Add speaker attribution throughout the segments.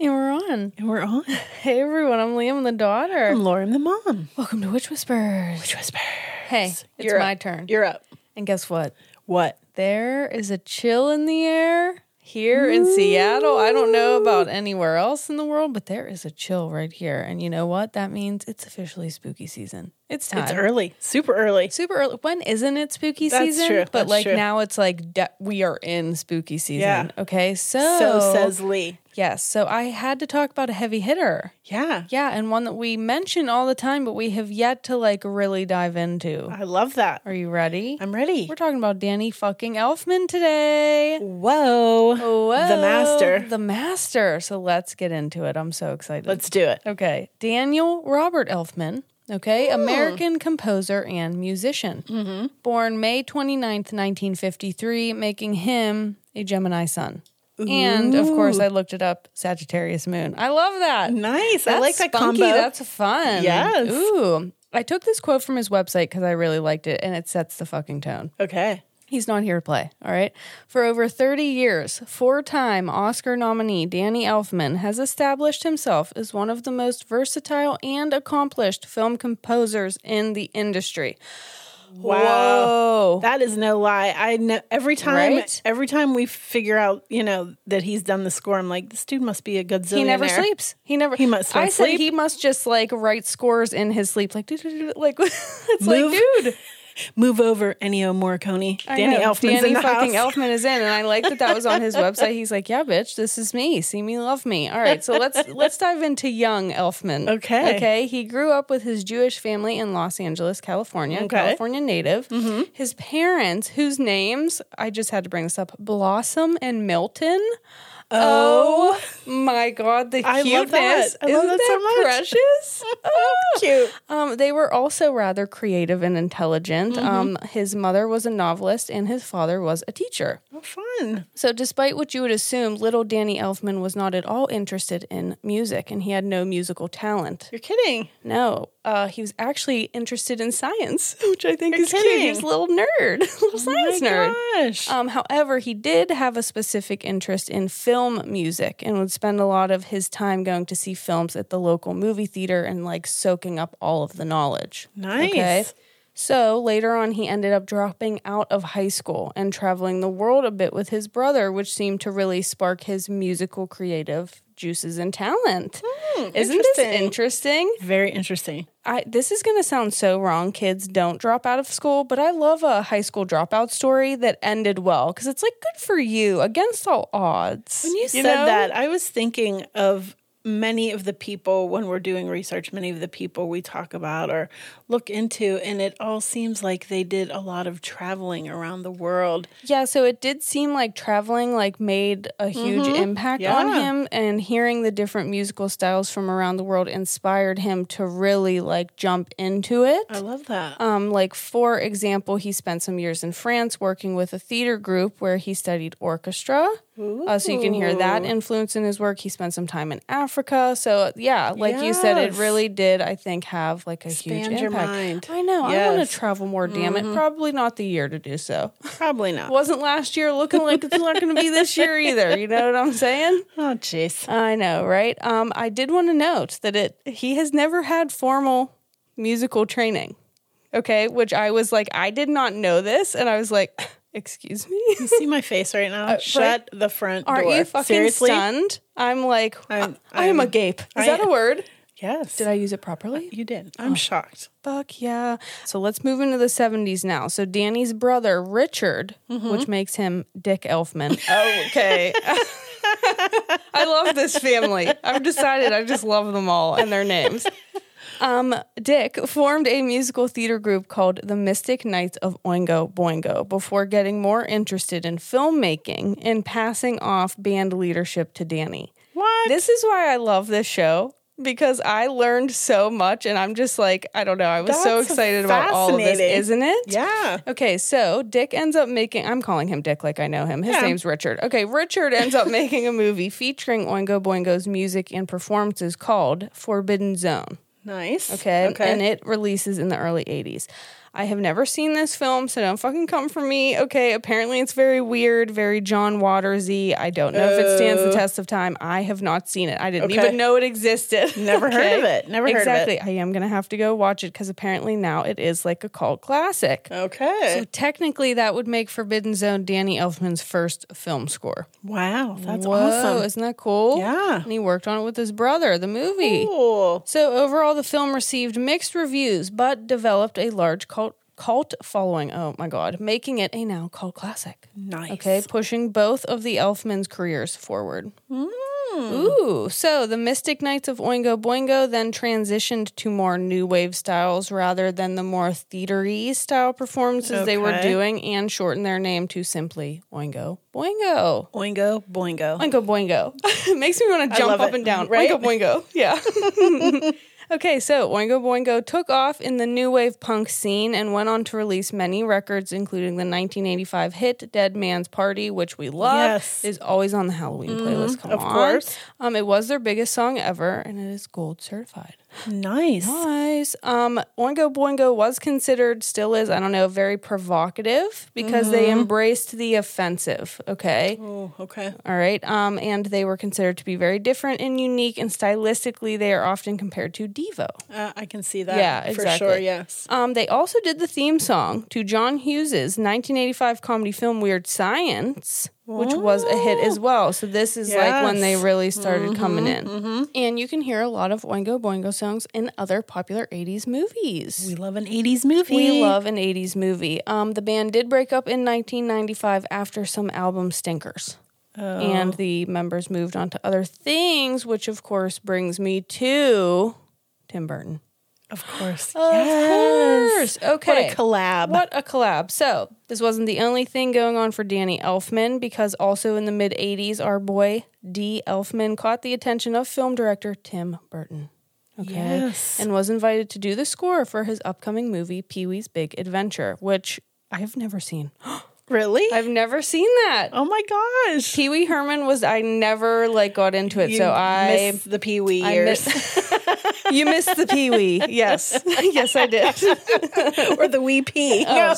Speaker 1: And we're on.
Speaker 2: And we're on.
Speaker 1: Hey everyone, I'm Liam the daughter.
Speaker 2: I'm Lauren the mom.
Speaker 1: Welcome to Witch Whispers.
Speaker 2: Whisper.
Speaker 1: Hey, it's
Speaker 2: You're
Speaker 1: my
Speaker 2: up.
Speaker 1: turn.
Speaker 2: You're up.
Speaker 1: and guess what?
Speaker 2: What?
Speaker 1: There is a chill in the air here in Seattle. I don't know about anywhere else in the world, but there is a chill right here. And you know what? That means it's officially spooky season. It's time.
Speaker 2: It's early. Super early.
Speaker 1: Super early. When isn't it spooky
Speaker 2: That's
Speaker 1: season?
Speaker 2: true.
Speaker 1: But
Speaker 2: That's
Speaker 1: like
Speaker 2: true.
Speaker 1: now it's like de- we are in spooky season.
Speaker 2: Yeah.
Speaker 1: Okay. So,
Speaker 2: So says Lee.
Speaker 1: yes. So I had to talk about a heavy hitter.
Speaker 2: Yeah.
Speaker 1: Yeah. And one that we mention all the time, but we have yet to like really dive into.
Speaker 2: I love that.
Speaker 1: Are you ready?
Speaker 2: I'm ready.
Speaker 1: We're talking about Danny fucking Elfman today.
Speaker 2: Whoa.
Speaker 1: Oh.
Speaker 2: The
Speaker 1: Whoa,
Speaker 2: master.
Speaker 1: The master. So let's get into it. I'm so excited.
Speaker 2: Let's do it.
Speaker 1: okay. Daniel Robert Elfman, okay,
Speaker 2: Hmm.
Speaker 1: American composer and musician. Mm-hmm. Born May 29th, 1953, making him a Gemini sun. And of course, I looked it up Sagittarius moon. I love that.
Speaker 2: Nice. I like that
Speaker 1: spunky.
Speaker 2: combo.
Speaker 1: That's fun.
Speaker 2: Yes.
Speaker 1: Ooh. I took this quote from his website because I really liked it and it sets the fucking tone.
Speaker 2: okay.
Speaker 1: He's not here to play, all right? For over 30 years, four time Oscar nominee Danny Elfman has established himself as one of the most versatile and accomplished film composers in the industry. Whoa.
Speaker 2: That is no lie. I know every time
Speaker 1: Right?
Speaker 2: every time we figure out, you know, that he's done the score, I'm like, this dude must be a good zillionaire.
Speaker 1: He never sleeps. He never.
Speaker 2: He must not
Speaker 1: I said
Speaker 2: sleep.
Speaker 1: he must just like write scores in his sleep, like doo-doo-doo-doo, like it's like
Speaker 2: Move.
Speaker 1: dude.
Speaker 2: Move over, Ennio Morricone.
Speaker 1: I
Speaker 2: Danny
Speaker 1: know.
Speaker 2: Elfman's
Speaker 1: Danny
Speaker 2: in the
Speaker 1: fucking
Speaker 2: house.
Speaker 1: Elfman is in, and I like that that was on his website. He's like, "Yeah, bitch, this is me. See me, love me." All right, so let's let's dive into young Elfman.
Speaker 2: Okay.
Speaker 1: okay. He grew up with his Jewish family in Los Angeles, California.
Speaker 2: Okay. Mm-hmm.
Speaker 1: California native. His parents, whose names I just had to bring this up, Blossom and Milton. Oh, my God, the
Speaker 2: I
Speaker 1: cuteness!
Speaker 2: love that. I love
Speaker 1: Isn't
Speaker 2: that so much.
Speaker 1: precious? Oh.
Speaker 2: Cute.
Speaker 1: Um, they were also rather creative and intelligent.
Speaker 2: Mm-hmm.
Speaker 1: Um, his mother was a novelist and his father was a teacher.
Speaker 2: Oh, fun.
Speaker 1: So, despite what you would assume, little Danny Elfman was not at all interested in music and he had no musical talent.
Speaker 2: You're kidding.
Speaker 1: No, uh, he was actually interested in science, which I think
Speaker 2: You're
Speaker 1: is cute. He
Speaker 2: kidding. Oh
Speaker 1: was a little nerd, little science nerd.
Speaker 2: Gosh.
Speaker 1: Um, however, he did have a specific interest in film music and would spend a lot of his time going to see films at the local movie theater and like soaking up all of the knowledge.
Speaker 2: Nice.
Speaker 1: So later on, he ended up dropping out of high school and traveling the world a bit with his brother, which seemed to really spark his musical creative juices and talent. Isn't this
Speaker 2: Hmm, interesting.
Speaker 1: interesting?
Speaker 2: Very interesting.
Speaker 1: I this is going to sound so wrong. Kids don't drop out of school, but I love a high school dropout story that ended well because it's like good for you against all odds.
Speaker 2: When you, said
Speaker 1: know?
Speaker 2: that, I was thinking of many of the people when we're doing research, many of the people we talk about or look into, and it all seems like they did a lot of traveling around the world.
Speaker 1: yeah. So it did seem like traveling like made a huge impact on
Speaker 2: Mm-hmm. Yeah.
Speaker 1: him, and hearing the different musical styles from around the world inspired him to really like jump into it.
Speaker 2: I love that.
Speaker 1: Um, like, for example, he spent some years in France working with a theater group where he studied orchestra. Uh, so you can hear that influence in his work. He spent some time in Africa. So, yeah, like you said, it
Speaker 2: Yes.
Speaker 1: really did, I think, have like a
Speaker 2: Expand
Speaker 1: huge
Speaker 2: your
Speaker 1: impact.
Speaker 2: mind.
Speaker 1: I know. I want
Speaker 2: Yes. Mm-hmm.
Speaker 1: to travel more, damn it. Probably not the year to do so.
Speaker 2: Probably not.
Speaker 1: Wasn't last year looking like it's not going to be this year either. You know what I'm saying?
Speaker 2: Oh, jeez.
Speaker 1: I know, right? Um, I did want to note that it he has never had formal musical training. Okay, which I was like, I did not know this, and I was like, excuse me,
Speaker 2: You see my face Uh, right now? Shut the front
Speaker 1: aren't
Speaker 2: door.
Speaker 1: you fucking
Speaker 2: Seriously?
Speaker 1: stunned? I'm like, I'm,
Speaker 2: I'm-
Speaker 1: agape. Is
Speaker 2: I-
Speaker 1: that a word?
Speaker 2: Yes.
Speaker 1: Did I use it properly?
Speaker 2: you did. I'm shocked.
Speaker 1: Fuck yeah. So let's move into the 70s now. So Danny's brother, Richard, which makes him Dick Elfman. okay. I love this family. I've decided I just love them all and their names. Um, Dick formed a musical theater group called the Mystic Knights of Oingo Boingo before getting more interested in filmmaking and passing off band leadership to Danny.
Speaker 2: What?
Speaker 1: This is why I love this show because I learned so much and I'm just like, I don't know, I was so
Speaker 2: That's
Speaker 1: excited about all of this,
Speaker 2: fascinating.
Speaker 1: isn't it?
Speaker 2: yeah.
Speaker 1: Okay, so Dick ends up making. I'm calling him Dick like I know him. His
Speaker 2: Yeah.
Speaker 1: name's Richard. Okay, Richard ends up making a movie featuring Oingo Boingo's music and performances called Forbidden Zone.
Speaker 2: Nice.
Speaker 1: Okay,
Speaker 2: Okay.
Speaker 1: and it releases in the early 80s. I have never seen this film, so don't fucking come for me. Okay, apparently it's very weird, very John Watersy. I don't know if it stands the test of time. I have not seen it. I didn't
Speaker 2: Oh. Okay.
Speaker 1: even know it existed.
Speaker 2: Never heard of it. Never heard of it.
Speaker 1: Exactly. I am gonna have to go watch it because apparently now it is like a cult classic.
Speaker 2: okay.
Speaker 1: So technically, that would make Forbidden Zone Danny Elfman's first film score.
Speaker 2: wow. That's
Speaker 1: Whoa,
Speaker 2: awesome.
Speaker 1: isn't that cool?
Speaker 2: Yeah.
Speaker 1: And he worked on it with his brother, the movie.
Speaker 2: Cool.
Speaker 1: So overall, the film received mixed reviews, but developed a large cult cult following. Oh my god, making it a now cult classic.
Speaker 2: Nice.
Speaker 1: Okay, pushing both of the Elfman's careers forward. Ooh, so the Mystic Knights of Oingo Boingo then transitioned to more new wave styles rather than the more theatery style performances they were
Speaker 2: Okay.
Speaker 1: doing and shortened their name to simply Oingo Boingo.
Speaker 2: Oingo boingo.
Speaker 1: Oingo Boingo. Makes me want to jump
Speaker 2: love
Speaker 1: up
Speaker 2: it,
Speaker 1: and down.
Speaker 2: right?
Speaker 1: Oingo Boingo. Yeah. okay, so Oingo Boingo took off in the new wave punk scene and went on to release many records, including the 1985 hit Dead Man's Party, which we love.
Speaker 2: Yes.
Speaker 1: Is always on the Halloween playlist. Come
Speaker 2: of
Speaker 1: on.
Speaker 2: course.
Speaker 1: Um, it was their biggest song ever, and it is gold certified.
Speaker 2: Nice.
Speaker 1: Nice. Um, Oingo Boingo was considered, still is, I don't know, very provocative because they embraced the offensive. Okay.
Speaker 2: Oh, okay.
Speaker 1: All right. Um, and they were considered to be very different and unique, and stylistically, they are often compared to Devo.
Speaker 2: Uh, I can see that.
Speaker 1: Yeah,
Speaker 2: For sure.
Speaker 1: exactly.
Speaker 2: Yes.
Speaker 1: Um, they also did the theme song to John Hughes' 1985 comedy film Weird Science, which was a hit as well. So this is like when they
Speaker 2: Yes.
Speaker 1: really started coming in. And you can hear a lot of Oingo Boingo songs in other popular 80s movies.
Speaker 2: We love an 80s movie.
Speaker 1: We love an 80s movie. Um, the band did break up in 1995 after some album stinkers.
Speaker 2: Oh.
Speaker 1: And the members moved on to other things, which of course brings me to Tim Burton.
Speaker 2: Of course.
Speaker 1: Yes. Okay.
Speaker 2: Oh, What a collab.
Speaker 1: What a collab. So, this wasn't the only thing going on for Danny Elfman because also in the mid 80s, our boy D. Elfman caught the attention of film director Tim Burton. Okay.
Speaker 2: Yes.
Speaker 1: And was invited to do the score for his upcoming movie, Pee Wee's Big Adventure, which I have never seen.
Speaker 2: Really?
Speaker 1: I've never seen that.
Speaker 2: oh my gosh.
Speaker 1: Pee Wee Herman was, I never like got into it.
Speaker 2: You
Speaker 1: so, I.
Speaker 2: miss the Pee Wee
Speaker 1: I
Speaker 2: years
Speaker 1: miss- you missed the Pee Wee. Yes. yes, I did.
Speaker 2: or the Wee Pee. no.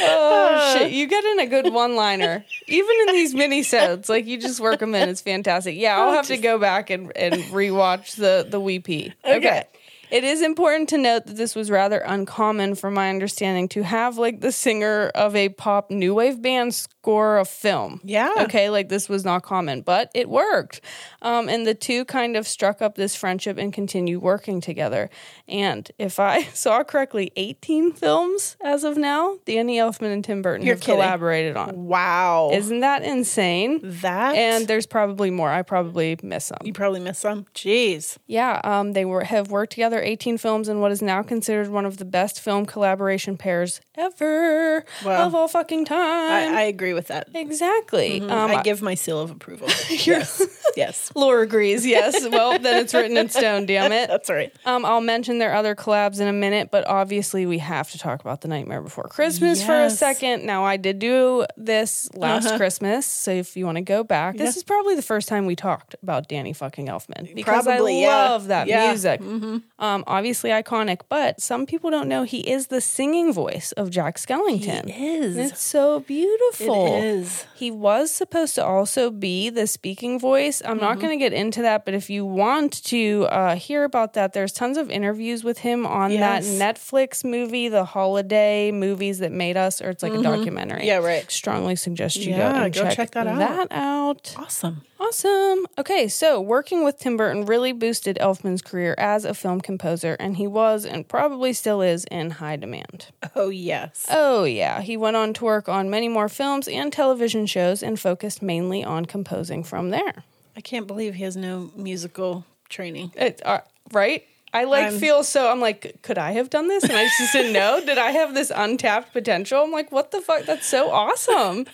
Speaker 1: Oh shit! You get in a good one-liner, even in these mini-sodes. Like you just work them in. It's fantastic. Yeah, I'll have to go back and and rewatch the the weepy. Okay.
Speaker 2: Okay.
Speaker 1: It is important to note that this was rather uncommon, from my understanding, to have like the singer of a pop new wave band score a film.
Speaker 2: Yeah.
Speaker 1: Okay. Like this was not common, but it worked. Um, and the two kind of struck up this friendship and continue working together. And if I saw correctly, 18 films as of now, Danny Elfman and Tim Burton
Speaker 2: You're
Speaker 1: have
Speaker 2: kidding.
Speaker 1: collaborated on.
Speaker 2: Wow.
Speaker 1: Isn't that insane?
Speaker 2: that
Speaker 1: And there's probably more. I probably miss some.
Speaker 2: you probably missed some. Jeez.
Speaker 1: Yeah, um, they were, have worked together 18 films in what is now considered one of the best film collaboration pairs ever
Speaker 2: Wow.
Speaker 1: of all fucking time.
Speaker 2: I, Mm-hmm. I agree with that.
Speaker 1: exactly. Um,
Speaker 2: I give my seal of approval. yes. Yes.
Speaker 1: Laura agrees. Yes. well, then it's written in stone. Damn it.
Speaker 2: That's all right.
Speaker 1: Um, I'll mention their other collabs in a minute, but obviously we have to talk about the Nightmare Before Christmas for a
Speaker 2: Yes. Uh-huh.
Speaker 1: second. Now, I did do this last Christmas, so if you want to go back, this is probably the first time we talked about Danny fucking Elfman because
Speaker 2: Probably,
Speaker 1: I
Speaker 2: yeah.
Speaker 1: love that
Speaker 2: Yeah. Mm-hmm.
Speaker 1: music. Um, obviously iconic, but some people don't know he is the singing voice of Jack Skellington.
Speaker 2: is.
Speaker 1: And It's so beautiful.
Speaker 2: It is.
Speaker 1: He was supposed to also be the speaking voice. I'm
Speaker 2: Mm-hmm.
Speaker 1: not going to get into that, but if you want to uh, hear about that, there's tons of interviews with him on
Speaker 2: Yes.
Speaker 1: that Netflix movie, the holiday movies that made us, or it's like a documentary.
Speaker 2: Mm-hmm. Yeah, right.
Speaker 1: Strongly suggest you go
Speaker 2: Yeah,
Speaker 1: and
Speaker 2: go check that out.
Speaker 1: That out.
Speaker 2: Awesome.
Speaker 1: Awesome. Okay, so working with Tim Burton really boosted Elfman's career as a film composer, and he was, and probably still is, in high demand.
Speaker 2: Oh yes.
Speaker 1: Oh, yeah. He went on to work on many more films and television shows and focused mainly on composing from there.
Speaker 2: I can't believe he has no musical training.
Speaker 1: It, uh, right? I like
Speaker 2: I'm-
Speaker 1: feel so. I'm like, could I have done this? And I just didn't know. Did I have this untapped potential? I'm like, what the fuck? That's so awesome.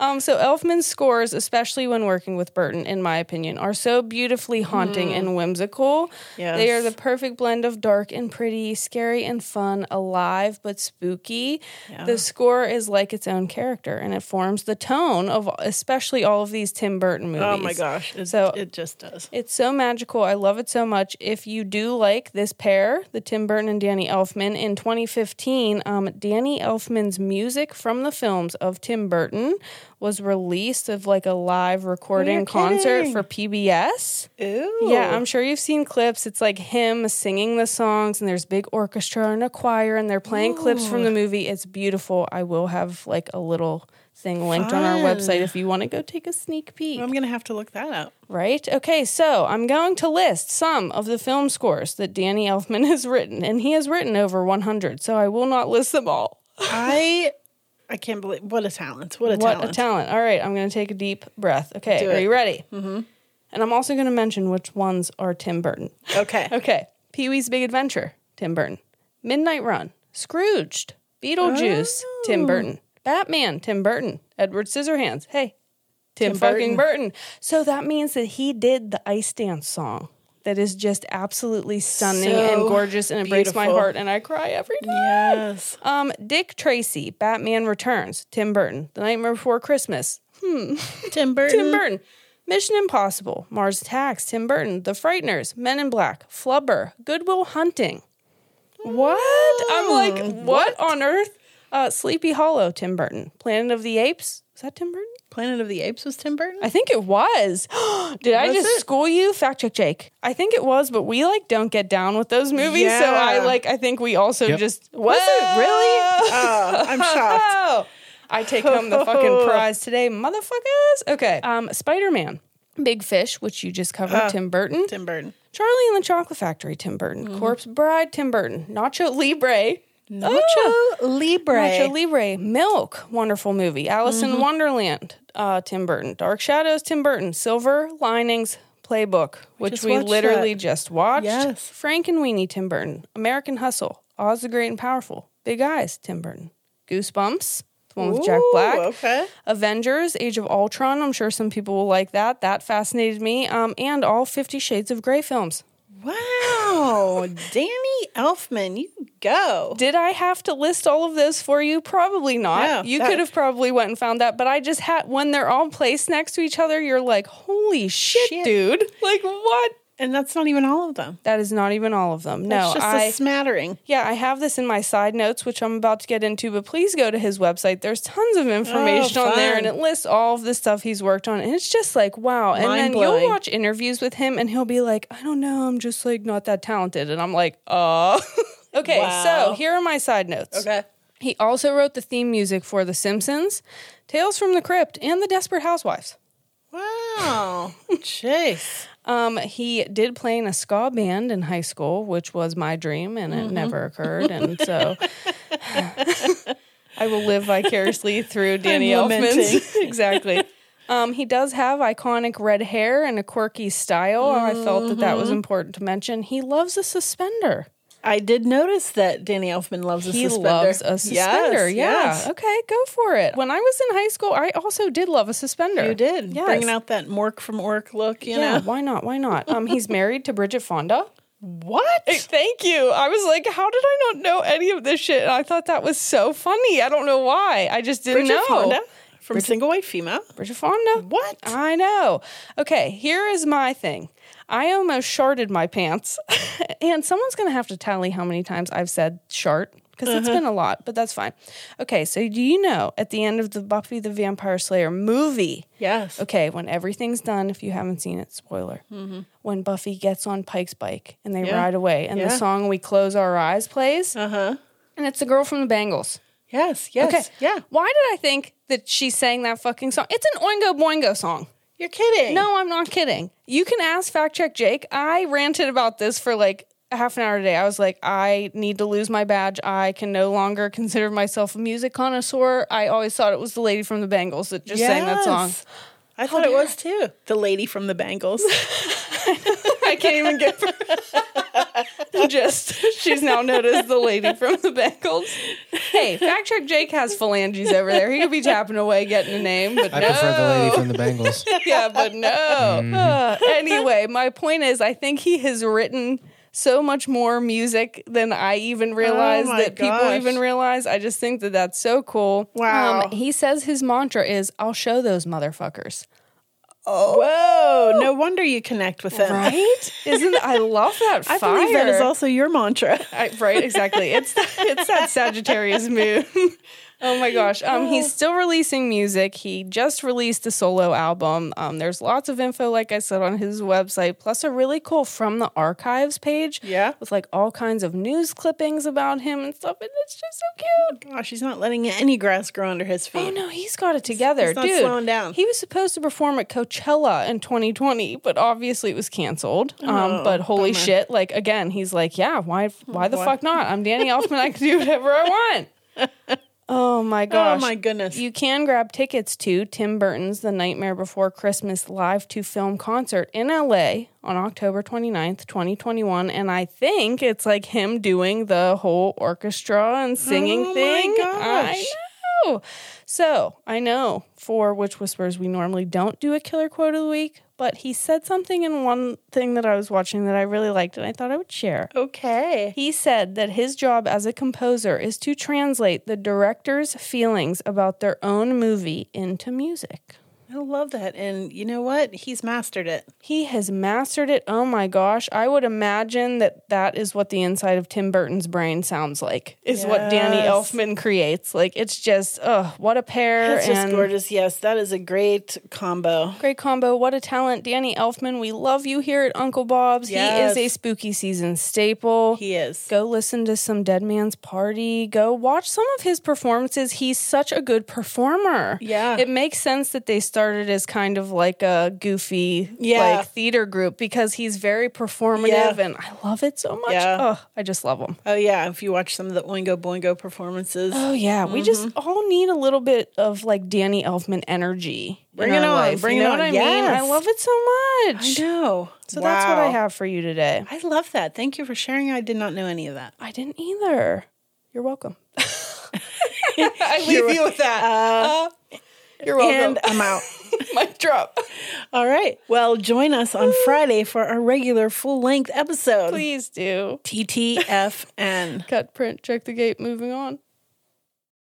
Speaker 1: um, so Elfman's scores, especially when working with Burton, in my opinion, are so beautifully haunting and whimsical. They are
Speaker 2: Mm-hmm. Yes.
Speaker 1: the perfect blend of dark and pretty, scary and fun, alive but spooky. The score is like its own character, and it forms the tone of especially all of these Tim Burton movies.
Speaker 2: Oh my gosh. It,
Speaker 1: So-
Speaker 2: it just does.
Speaker 1: It's so magical. I love it so much. If you do like this pair, the Tim Burton and Danny Elfman, in 2015, um, Danny Elfman's music from the films of Tim Burton was released of like a live recording concert
Speaker 2: kidding.
Speaker 1: for PBS.
Speaker 2: Ooh.
Speaker 1: Yeah, I'm sure you've seen clips. It's like him singing the songs, and there's big orchestra and a choir, and they're playing clips from the movie. It's beautiful. I will have like a little thing linked on our
Speaker 2: Fun.
Speaker 1: website if you want to go take a sneak peek.
Speaker 2: I'm going to have to look that up.
Speaker 1: Right? Okay, so I'm going to list some of the film scores that Danny Elfman has written, and he has written over 100, so I will not list them all.
Speaker 2: I I can't believe what a talent. What a
Speaker 1: what
Speaker 2: talent.
Speaker 1: a talent. All right, I'm going to take a deep breath. Okay,
Speaker 2: Do
Speaker 1: are
Speaker 2: it.
Speaker 1: you ready? Mm-hmm. And I'm also going to mention which ones are Tim Burton.
Speaker 2: okay.
Speaker 1: Okay, Pee Wee's Big Adventure, Tim Burton. Midnight Run, Scrooged, Beetlejuice, Tim Burton. Batman, Tim Burton. Edward Scissorhands, hey, Tim,
Speaker 2: Tim
Speaker 1: fucking Burton. So that means that he did the ice dance song that is just absolutely stunning and
Speaker 2: So
Speaker 1: gorgeous, and it breaks my
Speaker 2: beautiful.
Speaker 1: heart, and I cry every time.
Speaker 2: Yes.
Speaker 1: Um, Dick Tracy, Batman Returns, Tim Burton. The Nightmare Before Christmas,
Speaker 2: Tim Burton.
Speaker 1: Tim Burton. Mission Impossible, Mars Attacks, Tim Burton, The Frighteners, Men in Black, Flubber, Goodwill Hunting. What? I'm like, what, on earth? Uh, Sleepy Hollow, Tim Burton. Planet of the Apes. Was that Tim Burton?
Speaker 2: Planet of the Apes was Tim Burton?
Speaker 1: I think it was. Did I
Speaker 2: Was
Speaker 1: just
Speaker 2: it?
Speaker 1: school you? Fact check, Jake. I think it was, but we like don't get down with those movies. So I
Speaker 2: Yeah.
Speaker 1: like. I think we also
Speaker 3: Yep.
Speaker 1: just was it really?
Speaker 2: oh, I'm shocked.
Speaker 1: Oh, I take home the fucking prize today, motherfuckers. Okay. Um, Spider Man, Big Fish, which you just covered, Tim Burton.
Speaker 2: Ah. Tim Mm-hmm. Burton.
Speaker 1: Charlie and the Chocolate Factory, Tim Burton. Corpse Bride, Tim Burton. Nacho Libre. Nacho.
Speaker 2: Libre.
Speaker 1: Nacho Libre, Milk, wonderful movie. Alice
Speaker 2: Mm-hmm.
Speaker 1: in Wonderland, uh, Tim Burton. Dark Shadows, Tim Burton. Silver Linings Playbook, which
Speaker 2: just
Speaker 1: we
Speaker 2: watched
Speaker 1: literally
Speaker 2: that.
Speaker 1: just watched.
Speaker 2: Yes.
Speaker 1: Frank and Weenie, Tim Burton. American Hustle, Oz the Great and Powerful. Big Eyes, Tim Burton. Goosebumps, the one with Jack
Speaker 2: Ooh,
Speaker 1: Black.
Speaker 2: Okay.
Speaker 1: Avengers, Age of Ultron. I'm sure some people will like that. That fascinated me. Um, and all Fifty Shades of Grey films.
Speaker 2: Wow. Danny Elfman, you go.
Speaker 1: Did I have to list all of those for you? Probably not.
Speaker 2: No,
Speaker 1: you
Speaker 2: that-
Speaker 1: could have probably went and found that, but I just had when they're all placed next to each other, you're like, "Holy shit,
Speaker 2: Shit.
Speaker 1: dude!" Like what?
Speaker 2: And that's not even all of them.
Speaker 1: That is not even all of them. No,
Speaker 2: That's just
Speaker 1: I
Speaker 2: a smattering.
Speaker 1: yeah, I have this in my side notes, which I'm about to get into. But please go to his website. There's tons of information
Speaker 2: Oh,
Speaker 1: on there, and
Speaker 2: fun.
Speaker 1: it lists all of the stuff he's worked on, and it's just like wow. And then you'll
Speaker 2: Mind-blowing.
Speaker 1: watch interviews with him, and he'll be like, "I don't know, I'm just like not that talented," and I'm like, "Uh." okay, so
Speaker 2: Wow.
Speaker 1: here are my side notes. He also wrote the theme music for The Simpsons, Tales from the Crypt, and The Desperate Housewives.
Speaker 2: Wow. Jeez.
Speaker 1: Um, he did play in a ska band in high school, which was my dream, and
Speaker 2: Mm-hmm.
Speaker 1: it never occurred. And so I will live vicariously through Danny Elfman's.
Speaker 2: lamenting.
Speaker 1: exactly. Um, he does have iconic red hair and a quirky style. I felt that that was
Speaker 2: Mm-hmm.
Speaker 1: important to mention. He loves a suspender.
Speaker 2: I did notice that Danny Elfman loves a
Speaker 1: He
Speaker 2: suspender.
Speaker 1: loves a suspender.
Speaker 2: Yes,
Speaker 1: yeah.
Speaker 2: yes.
Speaker 1: Okay, go for it. When I was in high school, I also did love a suspender.
Speaker 2: You did.
Speaker 1: Yes.
Speaker 2: Bringing out that Mork from Ork look, you
Speaker 1: yeah.
Speaker 2: know.
Speaker 1: Why not? Why not? Um, he's married to Bridget Fonda.
Speaker 2: What?
Speaker 1: Thank you. I was like, how did I not know any of this shit? And I thought that was so funny. I don't know why. I just didn't
Speaker 2: Bridget
Speaker 1: know.
Speaker 2: Fonda from Single White Female. Uh,
Speaker 1: Bridget Fonda.
Speaker 2: What?
Speaker 1: I know. Okay, here is my thing. I almost sharded my pants, and someone's gonna have to tally how many times I've said shart because it's
Speaker 2: Uh-huh.
Speaker 1: been a lot, but that's fine. Okay, so do you know at the end of the Buffy the Vampire Slayer movie?
Speaker 2: Yes.
Speaker 1: Okay, when everything's done, if you haven't seen it, spoiler. When Buffy gets on Pike's bike and they
Speaker 2: Mm-hmm. Yeah.
Speaker 1: ride away, and the
Speaker 2: Yeah.
Speaker 1: song "We Close Our Eyes" plays,
Speaker 2: Uh huh.
Speaker 1: and it's the girl from the Bangles.
Speaker 2: Yes. Yes.
Speaker 1: Okay,
Speaker 2: Yeah.
Speaker 1: Why did I think that she sang that fucking song? It's an Oingo Boingo song.
Speaker 2: You're kidding.
Speaker 1: No, I'm not kidding. You can ask Fact Check Jake. I ranted about this for like a half an hour today. I was like, I need to lose my badge. I can no longer consider myself a music connoisseur. I always thought it was the lady from the Bangles that just sang that song.
Speaker 2: Yes. I thought it was too. The lady from the Bangles.
Speaker 1: I I can't even get just she's now known as the lady from the Bengals. Hey, fact check Jake has phalanges over there. He could be tapping away getting a name, but
Speaker 3: I
Speaker 1: no.
Speaker 3: prefer the lady from the Mm-hmm. Bengals.
Speaker 1: yeah, but no. Uh, anyway, my point is, I think he has written so much more music than I even realized
Speaker 2: Oh my
Speaker 1: that people
Speaker 2: gosh.
Speaker 1: even realize. I just think that that's so cool. Um,
Speaker 2: Wow.
Speaker 1: he says his mantra is, "I'll show those motherfuckers."
Speaker 2: Whoa! No wonder you connect with them.
Speaker 1: Oh. Right? Isn't I love that
Speaker 2: I
Speaker 1: fire?
Speaker 2: believe that is also your mantra.
Speaker 1: I, right, exactly. It's it's that Sagittarius moon. oh my gosh. Um, he's still releasing music. He just released a solo album. Um, there's lots of info, like I said, on his website, plus a really cool from the archives page.
Speaker 2: Yeah.
Speaker 1: with like all kinds of news clippings about him and stuff, and it's just so cute.
Speaker 2: Gosh, he's not letting any grass grow under his
Speaker 1: Oh
Speaker 2: feet.
Speaker 1: no, he's got it together,
Speaker 2: he's not
Speaker 1: dude.
Speaker 2: slowing down.
Speaker 1: He was supposed to perform at Coachella in 2020, but obviously it was canceled.
Speaker 2: Oh,
Speaker 1: um, but holy shit! Like again, he's like, yeah, why, why the fuck not? I'm Danny Elfman. I can do whatever I want. Oh my gosh!
Speaker 2: my goodness.
Speaker 1: You can grab tickets to Tim Burton's The Nightmare Before Christmas live to film concert in LA on October 29th, 2021. And I think it's like him doing the whole orchestra and singing
Speaker 2: Oh my
Speaker 1: thing.
Speaker 2: gosh.
Speaker 1: I know. So I know for Witch Whispers, we normally don't do a killer quote of the week, but he said something in one thing that I was watching that I really liked and I thought I would share.
Speaker 2: Okay.
Speaker 1: He said that his job as a composer is to translate the director's feelings about their own movie into music.
Speaker 2: I love that. And you know what? He's mastered it.
Speaker 1: He has mastered it. Oh my gosh. I would imagine that that is what the inside of Tim Burton's brain sounds like, is what Danny
Speaker 2: Yes.
Speaker 1: Elfman creates. Like, it's just, ugh, what a pair.
Speaker 2: That's just
Speaker 1: and-
Speaker 2: gorgeous. Yes, that is a great combo.
Speaker 1: Great combo. What a talent. Danny Elfman, we love you here at Uncle Bob's.
Speaker 2: Yes.
Speaker 1: He is a spooky season staple.
Speaker 2: He is.
Speaker 1: Go listen to some Dead Man's Party. Go watch some of his performances. He's such a good performer.
Speaker 2: Yeah.
Speaker 1: It makes sense that they started as kind of like a goofy
Speaker 2: Yeah.
Speaker 1: like theater group because he's very performative
Speaker 2: Yeah.
Speaker 1: and I love it so much.
Speaker 2: Yeah.
Speaker 1: Oh, I just love him.
Speaker 2: Oh yeah, if you watch some of the Oingo Boingo performances.
Speaker 1: Oh yeah, we just
Speaker 2: Mm-hmm.
Speaker 1: all need a little bit of like Danny Elfman energy. in
Speaker 2: Bring it
Speaker 1: our
Speaker 2: on,
Speaker 1: life.
Speaker 2: bring
Speaker 1: you
Speaker 2: it
Speaker 1: know
Speaker 2: on.
Speaker 1: what I mean? I
Speaker 2: Yes.
Speaker 1: love it so much.
Speaker 2: I know.
Speaker 1: So that's what I
Speaker 2: Wow.
Speaker 1: have for you today.
Speaker 2: I love that. Thank you for sharing. I did not know any of that.
Speaker 1: I didn't either. You're welcome. I leave
Speaker 2: You're-
Speaker 1: you with that. Uh, you're welcome.
Speaker 2: And I'm out.
Speaker 1: Mic drop.
Speaker 2: All right. Well, join us on Friday for our regular full length episode.
Speaker 1: Please do.
Speaker 2: TTFN.
Speaker 1: Cut, print, check the gate, moving on.